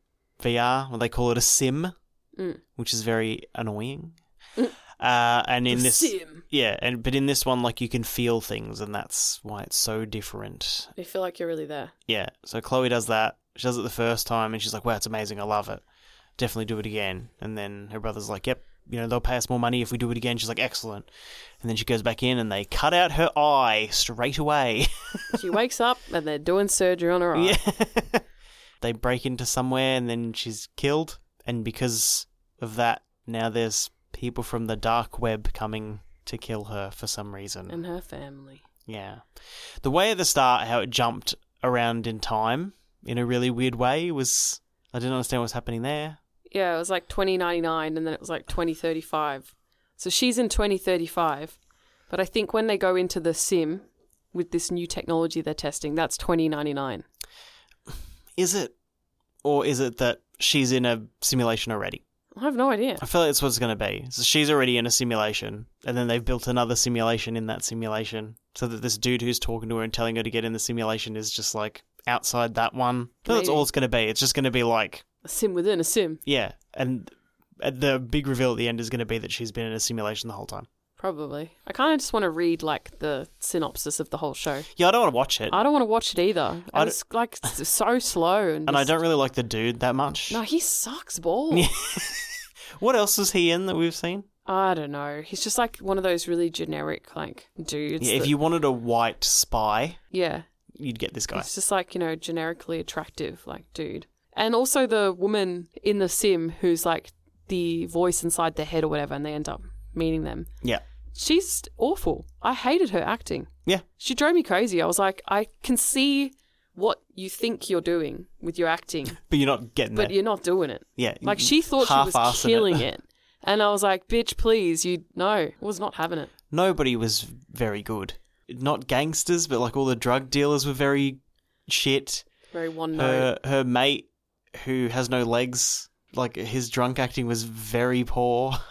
Speaker 1: VR, well they call it a sim,
Speaker 2: Mm.
Speaker 1: which is very annoying.
Speaker 2: Mm.
Speaker 1: Uh, and in
Speaker 2: The
Speaker 1: this
Speaker 2: sim.
Speaker 1: yeah, and but in this one like you can feel things and that's why it's so different.
Speaker 2: You feel like you're really there.
Speaker 1: Yeah. So Chloe does that. She does it the first time and she's like, wow, it's amazing. I love it. Definitely do it again. And then her brother's like, yep, you know, they'll pay us more money if we do it again. She's like, excellent. And then she goes back in and they cut out her eye straight away.
Speaker 2: She wakes up and they're doing surgery on her eye.
Speaker 1: Yeah. they break into somewhere and then she's killed. And because of that, now there's people from the dark web coming to kill her for some reason.
Speaker 2: And her family.
Speaker 1: Yeah. The way at the start, how it jumped around in time in a really weird way was. I didn't understand what was happening there.
Speaker 2: Yeah, it was like 2099 and then it was like 2035. So she's in 2035. But I think when they go into the sim with this new technology they're testing, that's 2099.
Speaker 1: Is it? Or is it that she's in a simulation already?
Speaker 2: I have no idea.
Speaker 1: I feel like that's what it's going to be. So she's already in a simulation, and then they've built another simulation in that simulation, so that this dude who's talking to her and telling her to get in the simulation is just like outside that one. But that's
Speaker 2: Maybe.
Speaker 1: all it's going to be. It's just going to be like,
Speaker 2: A sim within a sim,
Speaker 1: yeah, and and the big reveal at the end is going to be that she's been in a simulation the whole time.
Speaker 2: probably. I kind of just want to read like the synopsis of the whole show.
Speaker 1: Yeah, I don't want to watch it,
Speaker 2: I don't want to watch it either.
Speaker 1: I
Speaker 2: I was like s- so slow and.
Speaker 1: and I
Speaker 2: just-
Speaker 1: don't really like the dude that much.
Speaker 2: No, he sucks balls.
Speaker 1: Yeah. What else is he in that we've seen?
Speaker 2: I don't know. He's just like one of those really generic like dudes.
Speaker 1: yeah, if
Speaker 2: that-
Speaker 1: you wanted a white spy,
Speaker 2: yeah,
Speaker 1: you'd get this guy.
Speaker 2: It's just like, you know, generically attractive, like, dude. And also the woman in the sim who's like the voice inside their head or whatever, and they end up meeting them.
Speaker 1: Yeah.
Speaker 2: She's awful. I hated her acting.
Speaker 1: Yeah.
Speaker 2: She drove me crazy. I was like, I can see what you think you're doing with your acting,
Speaker 1: But you're not getting
Speaker 2: but
Speaker 1: that.
Speaker 2: you're not doing it.
Speaker 1: yeah.
Speaker 2: Like, she thought she was
Speaker 1: half-assing it.
Speaker 2: killing it. And I was like, bitch, please, you. No, I was not having it.
Speaker 1: nobody was very good. Not gangsters, but like all the drug dealers were very shit.
Speaker 2: Very one note.
Speaker 1: Her her mate who has no legs, like his drunk acting was very poor.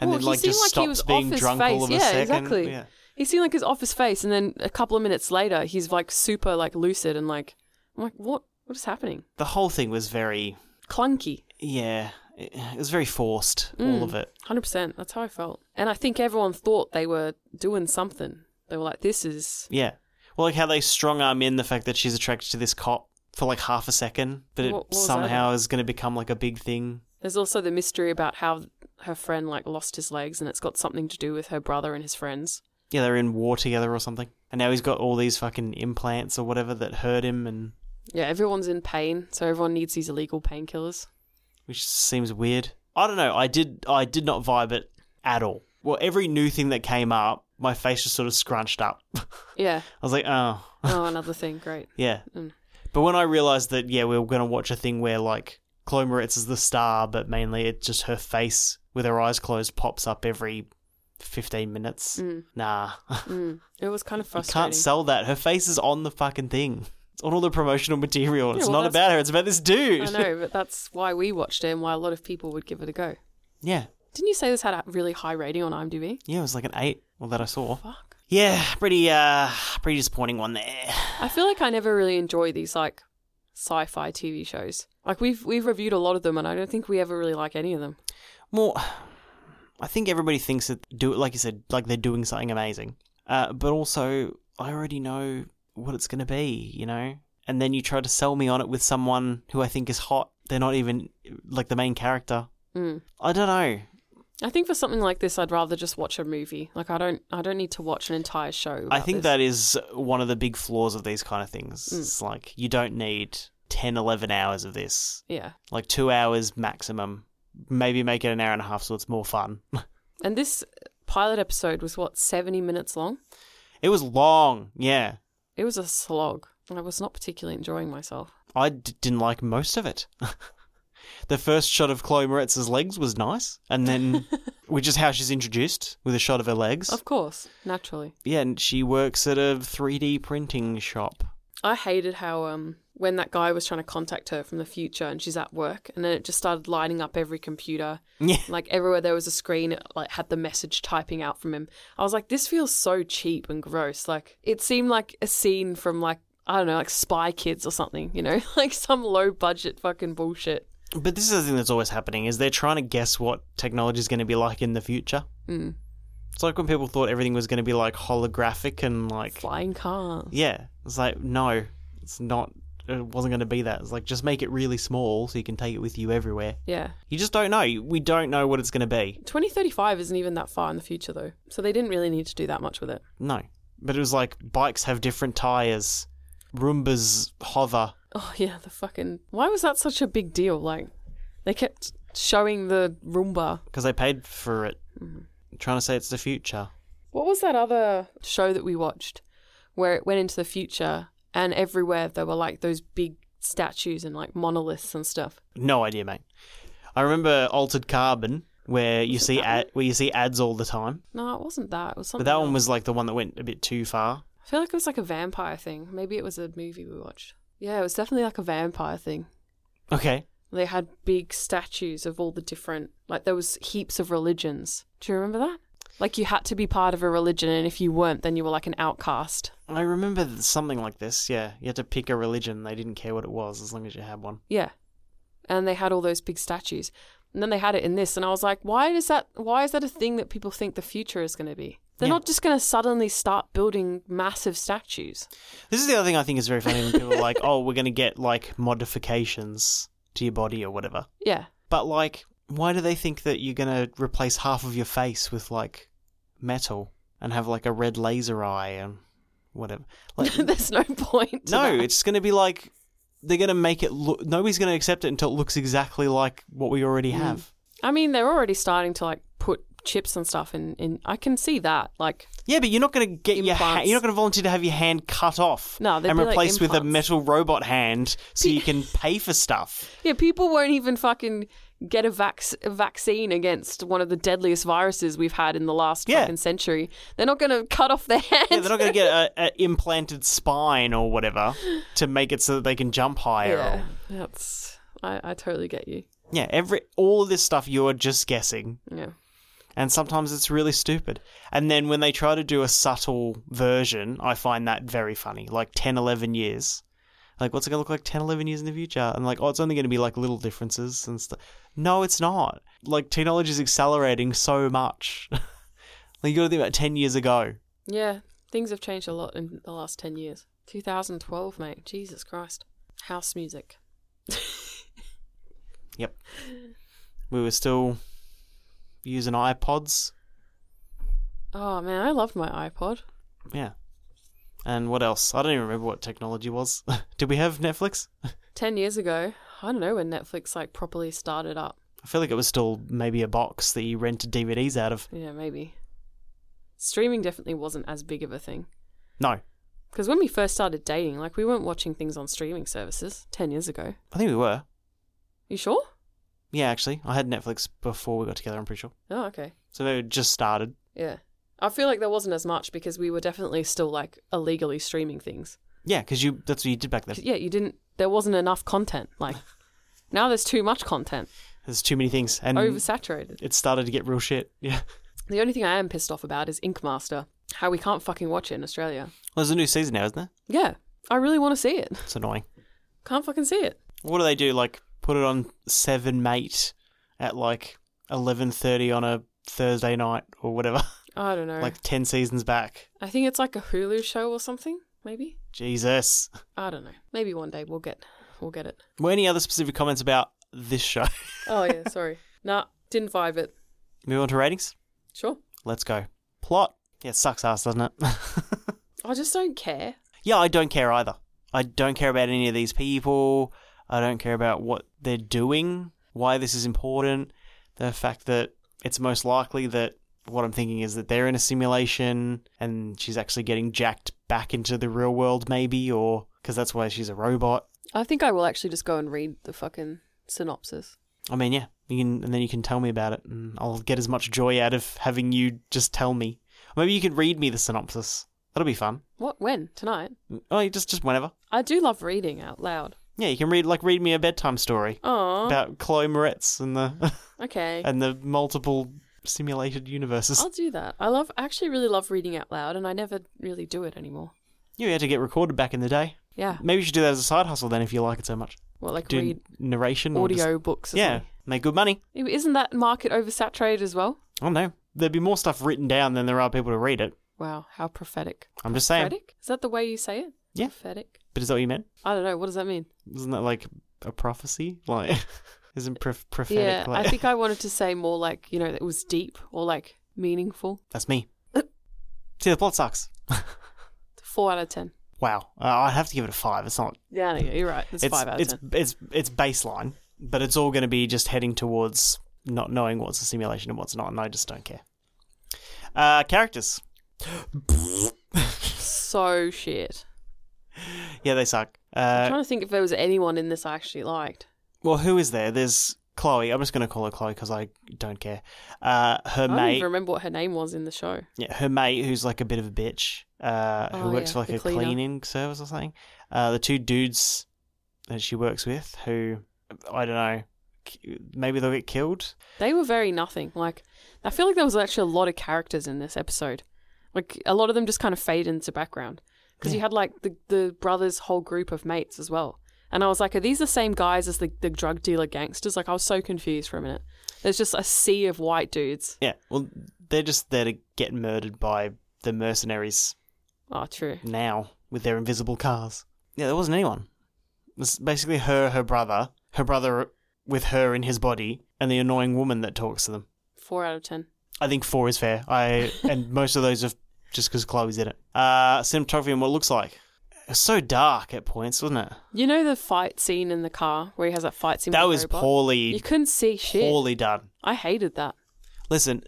Speaker 1: And
Speaker 2: Well,
Speaker 1: then
Speaker 2: he
Speaker 1: like just
Speaker 2: seemed like he was
Speaker 1: stops
Speaker 2: off
Speaker 1: being
Speaker 2: his
Speaker 1: drunk all
Speaker 2: face.
Speaker 1: of a
Speaker 2: Yeah,
Speaker 1: second.
Speaker 2: exactly.
Speaker 1: Yeah.
Speaker 2: He seemed like his office face, and then a couple of minutes later, he's like super like lucid and like, I'm like, what? What is happening?
Speaker 1: The whole thing was very
Speaker 2: Clunky,
Speaker 1: yeah. It, it was very forced,
Speaker 2: Mm.
Speaker 1: all of it.
Speaker 2: hundred percent. That's how I felt, and I think everyone thought they were doing something. They were like, this is
Speaker 1: Yeah. Well, like how they strong arm in the fact that she's attracted to this cop for like half a second, but it
Speaker 2: What- what was that
Speaker 1: somehow is going to become like a big thing.
Speaker 2: There's also the mystery about how her friend like lost his legs, and it's got something to do with her brother and his friends.
Speaker 1: Yeah, they're in war together or something. And now he's got all these fucking implants or whatever that hurt him, and
Speaker 2: Yeah, everyone's in pain, so everyone needs these illegal painkillers.
Speaker 1: which seems weird. I don't know. I did. I did not vibe it at all. Well, every new thing that came up, my face just sort of scrunched up. I
Speaker 2: Yeah.
Speaker 1: was like, oh,
Speaker 2: Oh, another thing. Great.
Speaker 1: yeah.
Speaker 2: Mm.
Speaker 1: But when I realized that, yeah, we were going to watch a thing where like Chloe Moretz is the star, but mainly it's just her face with her eyes closed pops up every fifteen minutes.
Speaker 2: Mm,
Speaker 1: Nah,
Speaker 2: mm. It was kind of
Speaker 1: you
Speaker 2: frustrating.
Speaker 1: can't sell that. Her face is on the fucking thing. It's on all the promotional material.
Speaker 2: Yeah,
Speaker 1: it's
Speaker 2: well,
Speaker 1: not
Speaker 2: that's-
Speaker 1: about her. It's about this dude.
Speaker 2: I know, but that's why we watched it and why a lot of people would give it a go.
Speaker 1: Yeah.
Speaker 2: Didn't you say this had a really high rating on IMDb?
Speaker 1: Yeah, it was like an eight, well that I saw.
Speaker 2: Fuck.
Speaker 1: Yeah, pretty uh pretty disappointing one there.
Speaker 2: I feel like I never really enjoy these like sci-fi TV shows. Like we've we've reviewed a lot of them, and I don't think we ever really like any of them.
Speaker 1: More I think everybody thinks that do like you said, like they're doing something amazing. Uh but also I already know what it's gonna be, you know? And then you try to sell me on it with someone who I think is hot. They're not even like the main character.
Speaker 2: Mm.
Speaker 1: I don't know.
Speaker 2: I think for something like this, I'd rather just watch a movie. Like I don't I don't need to watch an entire show.
Speaker 1: I
Speaker 2: about
Speaker 1: think
Speaker 2: this.
Speaker 1: that is one of the big flaws of these kind of things.
Speaker 2: Mm.
Speaker 1: It's like you don't need 10, 11 hours of this.
Speaker 2: yeah.
Speaker 1: like two hours maximum. Maybe make it an hour and a half so it's more fun.
Speaker 2: And this pilot episode was what seventy minutes long.
Speaker 1: it was long, yeah.
Speaker 2: It was a slog. I was not particularly enjoying myself.
Speaker 1: I d- didn't like most of it. the first shot of Chloe Moretz's legs was nice, and then, which is how she's introduced with a shot of her legs.
Speaker 2: Of course, naturally.
Speaker 1: Yeah, and she works at a 3D printing shop.
Speaker 2: I hated how um when that guy was trying to contact her from the future and she's at work and then it just started lining up every computer.
Speaker 1: Yeah.
Speaker 2: Like everywhere there was a screen it like had the message typing out from him. I was like, this feels so cheap and gross. Like it seemed like a scene from like I don't know, like Spy Kids or something, you know? like some low budget fucking bullshit.
Speaker 1: But this is the thing that's always happening is they're trying to guess what technology is going to be like in the future.
Speaker 2: Mm.
Speaker 1: It's like when people thought everything was going to be like holographic and like
Speaker 2: Flying cars.
Speaker 1: Yeah. It's like, no, it's not. It wasn't going to be that. It's like, just make it really small so you can take it with you everywhere.
Speaker 2: Yeah.
Speaker 1: You just don't know. We don't know what it's going to be.
Speaker 2: 2035 isn't even that far in the future though. So they didn't really need to do that much with it.
Speaker 1: No. But it was like, bikes have different tires, Roombas hover.
Speaker 2: Oh yeah, the fucking why was that such a big deal? Like they kept showing the Roomba.
Speaker 1: Because they paid for it. Trying to say it's the future.
Speaker 2: What was that other show that we watched where it went into the future and everywhere there were like those big statues and like monoliths and stuff.
Speaker 1: No idea, mate. I remember Altered Carbon, where you see ad- where you see ads all the time.
Speaker 2: No, it wasn't that. It was something.
Speaker 1: But that one
Speaker 2: else.
Speaker 1: was like the one that went a bit too far.
Speaker 2: I feel like it was like a vampire thing. Maybe it was a movie we watched. Yeah, it was definitely like a vampire thing.
Speaker 1: Okay.
Speaker 2: They had big statues of all the different, like there was heaps of religions. Do you remember that? Like you had to be part of a religion, and if you weren't, then you were like an outcast.
Speaker 1: I remember th- something like this, yeah. You had to pick a religion. They didn't care what it was as long as you had one.
Speaker 2: Yeah. And they had all those big statues. And then they had it in this and I was like, why is that why is that a thing that people think the future is going to be? They're
Speaker 1: Yeah.
Speaker 2: not just going to suddenly start building massive statues.
Speaker 1: This is the other thing I think is very funny when people are like, oh, we're going to get like modifications to your body or whatever.
Speaker 2: Yeah.
Speaker 1: But like, why do they think that you're going to replace half of your face with like metal and have like a red laser eye and whatever? Like,
Speaker 2: There's no point. to
Speaker 1: no,
Speaker 2: that.
Speaker 1: it's going to be like they're going to make it look. Nobody's going to accept it until it looks exactly like what we already
Speaker 2: Mm.
Speaker 1: have.
Speaker 2: I mean, they're already starting to like put chips and stuff in in I can see that. Like
Speaker 1: Yeah, but you're not going to get your ha-
Speaker 2: Implants.
Speaker 1: you're not going to volunteer to have your hand cut off
Speaker 2: No, they'd
Speaker 1: and
Speaker 2: be like
Speaker 1: replaced with a
Speaker 2: implants.
Speaker 1: metal robot hand so you can pay for stuff.
Speaker 2: yeah, people won't even fucking get a, vac- a vaccine against one of the deadliest viruses we've had in the last
Speaker 1: Yeah.
Speaker 2: fucking century. They're not going to cut off their hands.
Speaker 1: Yeah, they're not going to get a, a implanted spine or whatever to make it so that they can jump higher.
Speaker 2: yeah,
Speaker 1: or-
Speaker 2: that's I, I totally get you.
Speaker 1: yeah every all of this stuff you're just guessing,
Speaker 2: Yeah.
Speaker 1: and sometimes it's really stupid. And then when they try to do a subtle version, I find that very funny. Like 10, 11 years. Like, what's it going to look like 10, 11 years in the future? And like, oh, it's only going to be like little differences and stuff. No, it's not. Like, technology is accelerating so much. like, you got to think about 10 years ago.
Speaker 2: Yeah, things have changed a lot in the last 10 years. 2012, mate. Jesus Christ. House music.
Speaker 1: We were still using iPods.
Speaker 2: Oh, man, I loved my iPod.
Speaker 1: Yeah. And what else? I don't even remember what technology was. Did we have Netflix?
Speaker 2: 10 years ago, I don't know when Netflix like properly started up.
Speaker 1: I feel like it was still maybe a box that you rented DVDs out of.
Speaker 2: Yeah, maybe. Streaming definitely wasn't as big of a thing.
Speaker 1: No,
Speaker 2: Because when we first started dating, like we weren't watching things on streaming services 10 years ago.
Speaker 1: I think we were.
Speaker 2: You sure?
Speaker 1: Yeah, actually, I had Netflix before we got together. I'm pretty sure.
Speaker 2: Oh, okay.
Speaker 1: So they had just started.
Speaker 2: Yeah. I feel like there wasn't as much because we were definitely still like illegally streaming things.
Speaker 1: Yeah, because you—that's what you did back then.
Speaker 2: 'Cause, yeah, you didn't. There wasn't enough content. Like now, there's too much content,
Speaker 1: There's too many things, and
Speaker 2: oversaturated.
Speaker 1: it started to get real shit. Yeah, well,
Speaker 2: The only thing I am pissed off about is Ink Master. How we can't fucking watch it in Australia.
Speaker 1: there's a new season now, isn't there?
Speaker 2: Yeah, I really want to see it.
Speaker 1: It's annoying.
Speaker 2: Can't fucking see it.
Speaker 1: What do they do? Like put it on Seven Mate at like 11:30 on a Thursday night or whatever,
Speaker 2: I don't know.
Speaker 1: like ten seasons back.
Speaker 2: I think it's like a Hulu show or something. Maybe.
Speaker 1: Jesus.
Speaker 2: I don't know. Maybe one day we'll get we'll get it.
Speaker 1: Were any other specific comments about this show?
Speaker 2: Oh yeah, sorry. Nah, didn't vibe it.
Speaker 1: Move on to ratings.
Speaker 2: Sure.
Speaker 1: Let's go. Plot. Yeah, it sucks ass, doesn't it?
Speaker 2: I just don't care.
Speaker 1: yeah, I don't care either. I don't care about any of these people. I don't care about what they're doing, why this is important, the fact that it's most likely that what I'm thinking is that they're in a simulation and she's actually getting jacked back into the real world, maybe, or because that's why she's a robot.
Speaker 2: I think I will actually just go and read the fucking synopsis.
Speaker 1: I mean, yeah, you can, and then you can tell me about it, and I'll get as much joy out of having you just tell me. Maybe you could read me the synopsis. That'll be fun.
Speaker 2: What? When? Tonight?
Speaker 1: Oh, you just just whenever.
Speaker 2: I do love reading out loud.
Speaker 1: Yeah, you can read like read me a bedtime story
Speaker 2: Oh,
Speaker 1: about Chloe Moretz and the
Speaker 2: okay.
Speaker 1: and the multiple simulated universes.
Speaker 2: I'll do that. I love I actually really love reading out loud and I never really do it anymore.
Speaker 1: You had to get recorded back in the day.
Speaker 2: Yeah.
Speaker 1: Maybe you should do that as a side hustle then if you like it so much.
Speaker 2: Well like
Speaker 1: Do
Speaker 2: read
Speaker 1: narration or just-
Speaker 2: audio books or
Speaker 1: yeah, make good money.
Speaker 2: something. Isn't that market oversaturated as well?
Speaker 1: I don't know. There'd be more stuff written down than there are people to read it.
Speaker 2: Wow, how prophetic.
Speaker 1: I'm just saying.
Speaker 2: Prophetic? Is that the way you say it?
Speaker 1: Yeah.
Speaker 2: Prophetic.
Speaker 1: But is that what you meant?
Speaker 2: I don't know, what does that mean?
Speaker 1: Isn't that like a prophecy? Like, isn't prof- prophetic?
Speaker 2: Yeah.
Speaker 1: like-
Speaker 2: I think I wanted to say more like, you know, it was deep or like meaningful.
Speaker 1: that's me. See, the plot sucks.
Speaker 2: Four out of ten.
Speaker 1: Wow, uh, I'd have to give it a five. It's not.
Speaker 2: Yeah, no, you're right. It's,
Speaker 1: It's
Speaker 2: five out of
Speaker 1: it's,
Speaker 2: ten.
Speaker 1: it's it's baseline, but it's all going to be just heading towards not knowing what's a simulation and what's not, and I just don't care. Uh, characters,
Speaker 2: So shit.
Speaker 1: yeah, they suck.
Speaker 2: I'm
Speaker 1: Uh,
Speaker 2: trying to think if there was anyone in this I actually liked.
Speaker 1: well, who is there? There's Chloe. I'm just going to call her Chloe because I don't care. Uh, her
Speaker 2: I don't
Speaker 1: mate,
Speaker 2: even remember what her name was in the show.
Speaker 1: Yeah, her mate, who's like a bit of a bitch, uh,
Speaker 2: Oh,
Speaker 1: who works
Speaker 2: yeah,
Speaker 1: for like
Speaker 2: the
Speaker 1: a
Speaker 2: cleaner.
Speaker 1: cleaning service or something. Uh, the two dudes that she works with who, I don't know, k- maybe they'll get killed.
Speaker 2: They were very nothing. Like I feel like there was actually a lot of characters in this episode. Like a lot of them just kind of fade into background because you had like the the brothers' whole group of mates as well. And I was like, are these the same guys as the, the drug dealer gangsters? Like I was so confused for a minute. There's just a sea of white dudes.
Speaker 1: Yeah, well, they're just there to get murdered by the mercenaries
Speaker 2: Oh, true.
Speaker 1: now with their invisible cars. Yeah, there wasn't anyone. It's basically her, her brother, her brother with her in his body, and the annoying woman that talks to them.
Speaker 2: Four out of ten.
Speaker 1: I think four is fair. I and most of those are just because Chloe's in it. Uh, cinematography and what it looks like. It's so dark at points, wasn't it?
Speaker 2: You know the fight scene in the car where he has that fight scene.
Speaker 1: That
Speaker 2: with
Speaker 1: was
Speaker 2: the robot? You
Speaker 1: poorly,
Speaker 2: couldn't see shit.
Speaker 1: poorly done.
Speaker 2: I hated that.
Speaker 1: Listen,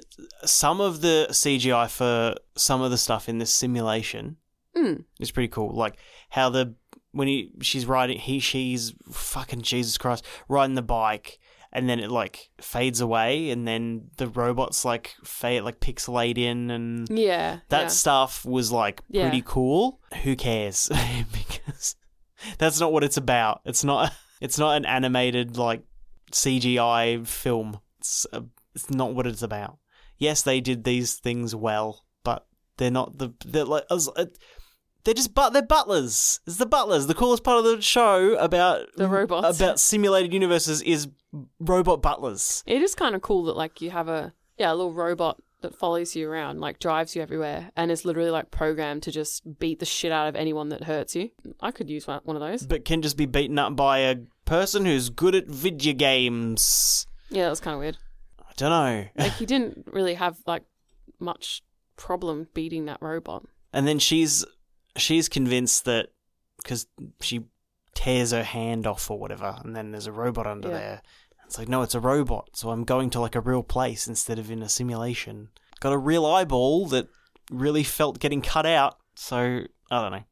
Speaker 1: some of the CGI for some of the stuff in this simulation
Speaker 2: Mm.
Speaker 1: is pretty cool. Like how the when he she's riding, he she's fucking Jesus Christ riding the bike, and then it like fades away, and then the robots like fade like pixelate in, and
Speaker 2: Yeah.
Speaker 1: that
Speaker 2: yeah.
Speaker 1: stuff was like
Speaker 2: Yeah.
Speaker 1: pretty cool. Who cares? because that's not what it's about. It's not. It's not an animated like CGI film. It's uh it's not what it's about. Yes, they did these things well, but they're not the they're like us- uh, they're just but they're butlers. It's the butlers. The coolest part of the show about
Speaker 2: The robots.
Speaker 1: about simulated universes is robot butlers.
Speaker 2: It is kind of cool that like you have a yeah a little robot that follows you around, like drives you everywhere, and is literally like programmed to just beat the shit out of anyone that hurts you. I could use one one of those.
Speaker 1: But can just be beaten up by a person who's good at video games.
Speaker 2: Yeah, that was kind of weird.
Speaker 1: I don't know.
Speaker 2: Like he didn't really have like much problem beating that robot.
Speaker 1: And then she's she's convinced that because she tears her hand off or whatever, and then there's a robot under
Speaker 2: Yeah.
Speaker 1: there. It's like no, it's a robot. So I'm going to like a real place instead of in a simulation. Got a real eyeball that really felt getting cut out. So I don't know.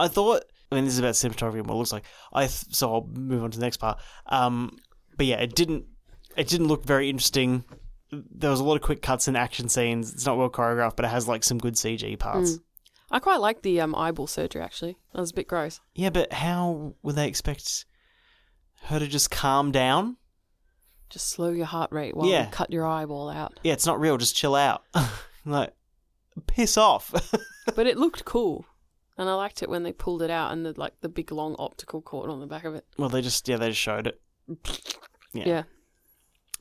Speaker 1: I thought. I mean, this is about cinematography and what it looks like. I th- so I'll move on to the next part. Um, but yeah, it didn't. It didn't look very interesting. There was a lot of quick cuts and action scenes. It's not well choreographed, but it has like some good CG parts.
Speaker 2: I quite like the um, eyeball surgery actually. That was a bit gross.
Speaker 1: Yeah, but how would they expect her to just calm down?
Speaker 2: Just slow your heart rate while
Speaker 1: Yeah.
Speaker 2: you cut your eyeball out.
Speaker 1: Yeah, it's not real. Just chill out. like, piss off.
Speaker 2: but it looked cool, and I liked it when they pulled it out and the like the big long optical cord on the back of it.
Speaker 1: well, they just yeah, they just showed it. Yeah.
Speaker 2: Yeah.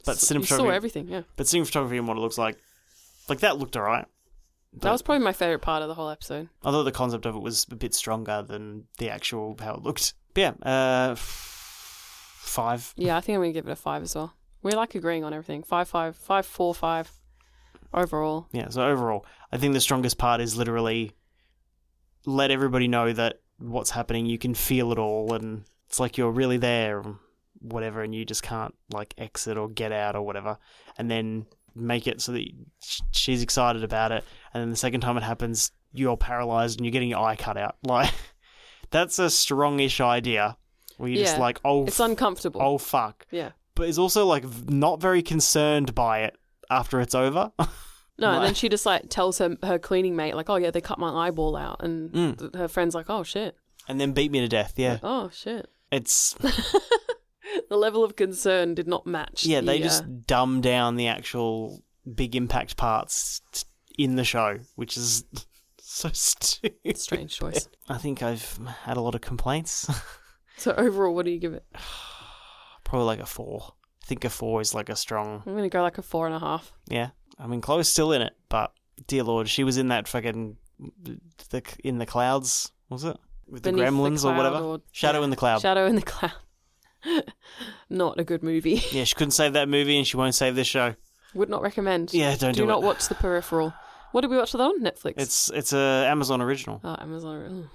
Speaker 1: But
Speaker 2: S- you saw
Speaker 1: cinematography-
Speaker 2: everything. Yeah.
Speaker 1: But seeing photography and what it looks like, like that looked alright. But
Speaker 2: That was probably my favorite part of the whole episode.
Speaker 1: I thought the concept of it was a bit stronger than the actual how it looked. But yeah, uh, f- five.
Speaker 2: Yeah, I think I'm gonna give it a five as well. We like agreeing on everything. Five, five, five, four, five. Overall,
Speaker 1: Yeah. So overall, I think the strongest part is literally let everybody know that what's happening. You can feel it all, and it's like you're really there, and whatever, and you just can't like exit or get out or whatever. And then make it so that sh- she's excited about it, and then the second time it happens, you're paralyzed and you're getting your eye cut out. Like that's a strongish idea. Where you're just
Speaker 2: Yeah.
Speaker 1: like, oh,
Speaker 2: it's
Speaker 1: f-
Speaker 2: uncomfortable.
Speaker 1: oh fuck,
Speaker 2: Yeah.
Speaker 1: but is also like v- not very concerned by it after it's over.
Speaker 2: No, and then
Speaker 1: Right.
Speaker 2: she just like tells her her cleaning mate like, "Oh yeah, they cut my eyeball out," and
Speaker 1: Mm.
Speaker 2: th- her friend's like, "Oh shit,
Speaker 1: and then beat me to death. Yeah,
Speaker 2: oh shit."
Speaker 1: it's
Speaker 2: The level of concern did not match.
Speaker 1: yeah. They
Speaker 2: the, uh,
Speaker 1: just dumb down the actual big impact parts t- in the show, which is so stupid.
Speaker 2: uh, strange choice.
Speaker 1: I think I've had a lot of complaints.
Speaker 2: So overall, what do you give it?
Speaker 1: Probably like a four. I think a four is like a strong.
Speaker 2: I'm gonna go like a four and a half.
Speaker 1: Yeah, I mean Chloe's still in it, but dear lord, she was in that fucking the in the clouds. Was it with the
Speaker 2: Beneath
Speaker 1: gremlins or
Speaker 2: cloud
Speaker 1: whatever? Shadow
Speaker 2: yeah.
Speaker 1: in the cloud.
Speaker 2: Shadow in the cloud. not a good movie.
Speaker 1: yeah, she couldn't save that movie, and she won't save this show.
Speaker 2: Would not recommend.
Speaker 1: Yeah, don't do,
Speaker 2: do not
Speaker 1: it.
Speaker 2: watch The Peripheral. What did we watch that on Netflix?
Speaker 1: It's it's a Amazon original.
Speaker 2: oh, Amazon. Ugh,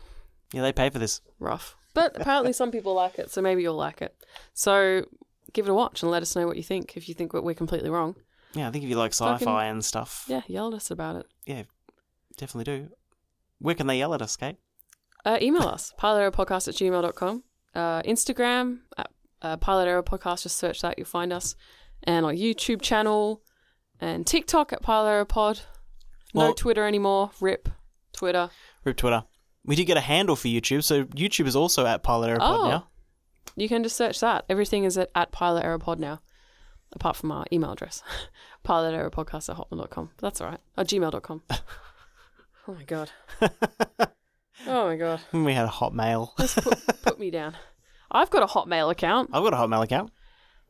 Speaker 1: Yeah, they pay for this.
Speaker 2: rough. But apparently some people like it, so maybe you'll like it. So give it a watch and let us know what you think. If you think we're- we're completely wrong,
Speaker 1: Yeah, I think if you like sci-fi
Speaker 2: Fucking-
Speaker 1: and stuff,
Speaker 2: yeah, yell at us about it.
Speaker 1: definitely do. Where can they yell at us, Kate?
Speaker 2: Uh, email us, pilotarrowpodcast at gmail.com. Uh, Instagram, at, uh, Pilot Arrow Podcast, just search that, you'll find us. And our YouTube channel and TikTok at Pilot Arrow Pod. No
Speaker 1: Well-
Speaker 2: Twitter anymore. RIP. Twitter.
Speaker 1: Rip Twitter. We did get a handle for YouTube, so YouTube is also at Pilot Aeropod
Speaker 2: Oh.
Speaker 1: now.
Speaker 2: you can just search that. Everything is at, at Pilot Era Pod now, apart from our email address, piloterapodcast at hotmail.com. That's all right. Or gmail.com. oh my God. oh my God.
Speaker 1: When we had a Hotmail.
Speaker 2: Just put, put me down. I've got a Hotmail account.
Speaker 1: I've got a Hotmail account.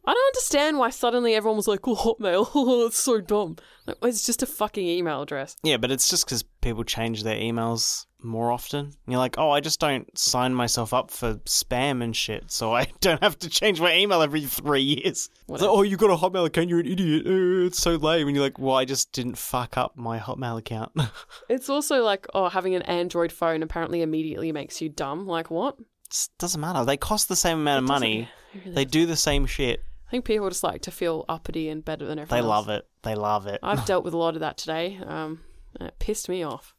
Speaker 2: I don't understand why suddenly everyone was like, oh, Hotmail. it's so dumb. Like, it's just a fucking email address.
Speaker 1: Yeah, but it's just because people change their emails more often. And you're like, oh, I just don't sign myself up for spam and shit, so I don't have to change my email every three years. It's like,
Speaker 2: Whatever.
Speaker 1: oh, you got a Hotmail account, you're an idiot. Uh, it's so lame. And you're like, well, I just didn't fuck up my Hotmail account.
Speaker 2: It's also like, oh, having an Android phone apparently immediately makes you dumb. Like, what?
Speaker 1: It's- doesn't matter. They cost the same amount of
Speaker 2: doesn't-
Speaker 1: money.
Speaker 2: it really
Speaker 1: They do the same shit.
Speaker 2: I think people just like to feel uppity and better than everyone
Speaker 1: They
Speaker 2: else.
Speaker 1: love it. They love it.
Speaker 2: I've dealt with a lot of that today. Um, and it pissed me off.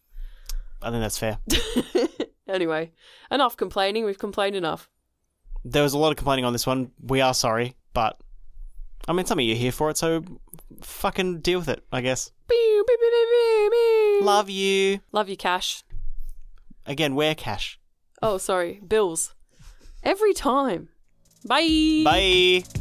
Speaker 1: I think that's fair.
Speaker 2: Anyway, enough complaining. We've complained enough.
Speaker 1: there was a lot of complaining on this one. We are sorry, but I mean, some of you are here for it, so fucking deal with it, I guess.
Speaker 2: Pew, pew, pew, pew, pew, pew.
Speaker 1: Love you.
Speaker 2: Love you, Cash.
Speaker 1: Again, wear cash.
Speaker 2: Oh, sorry, bills. Every time. Bye.
Speaker 1: Bye.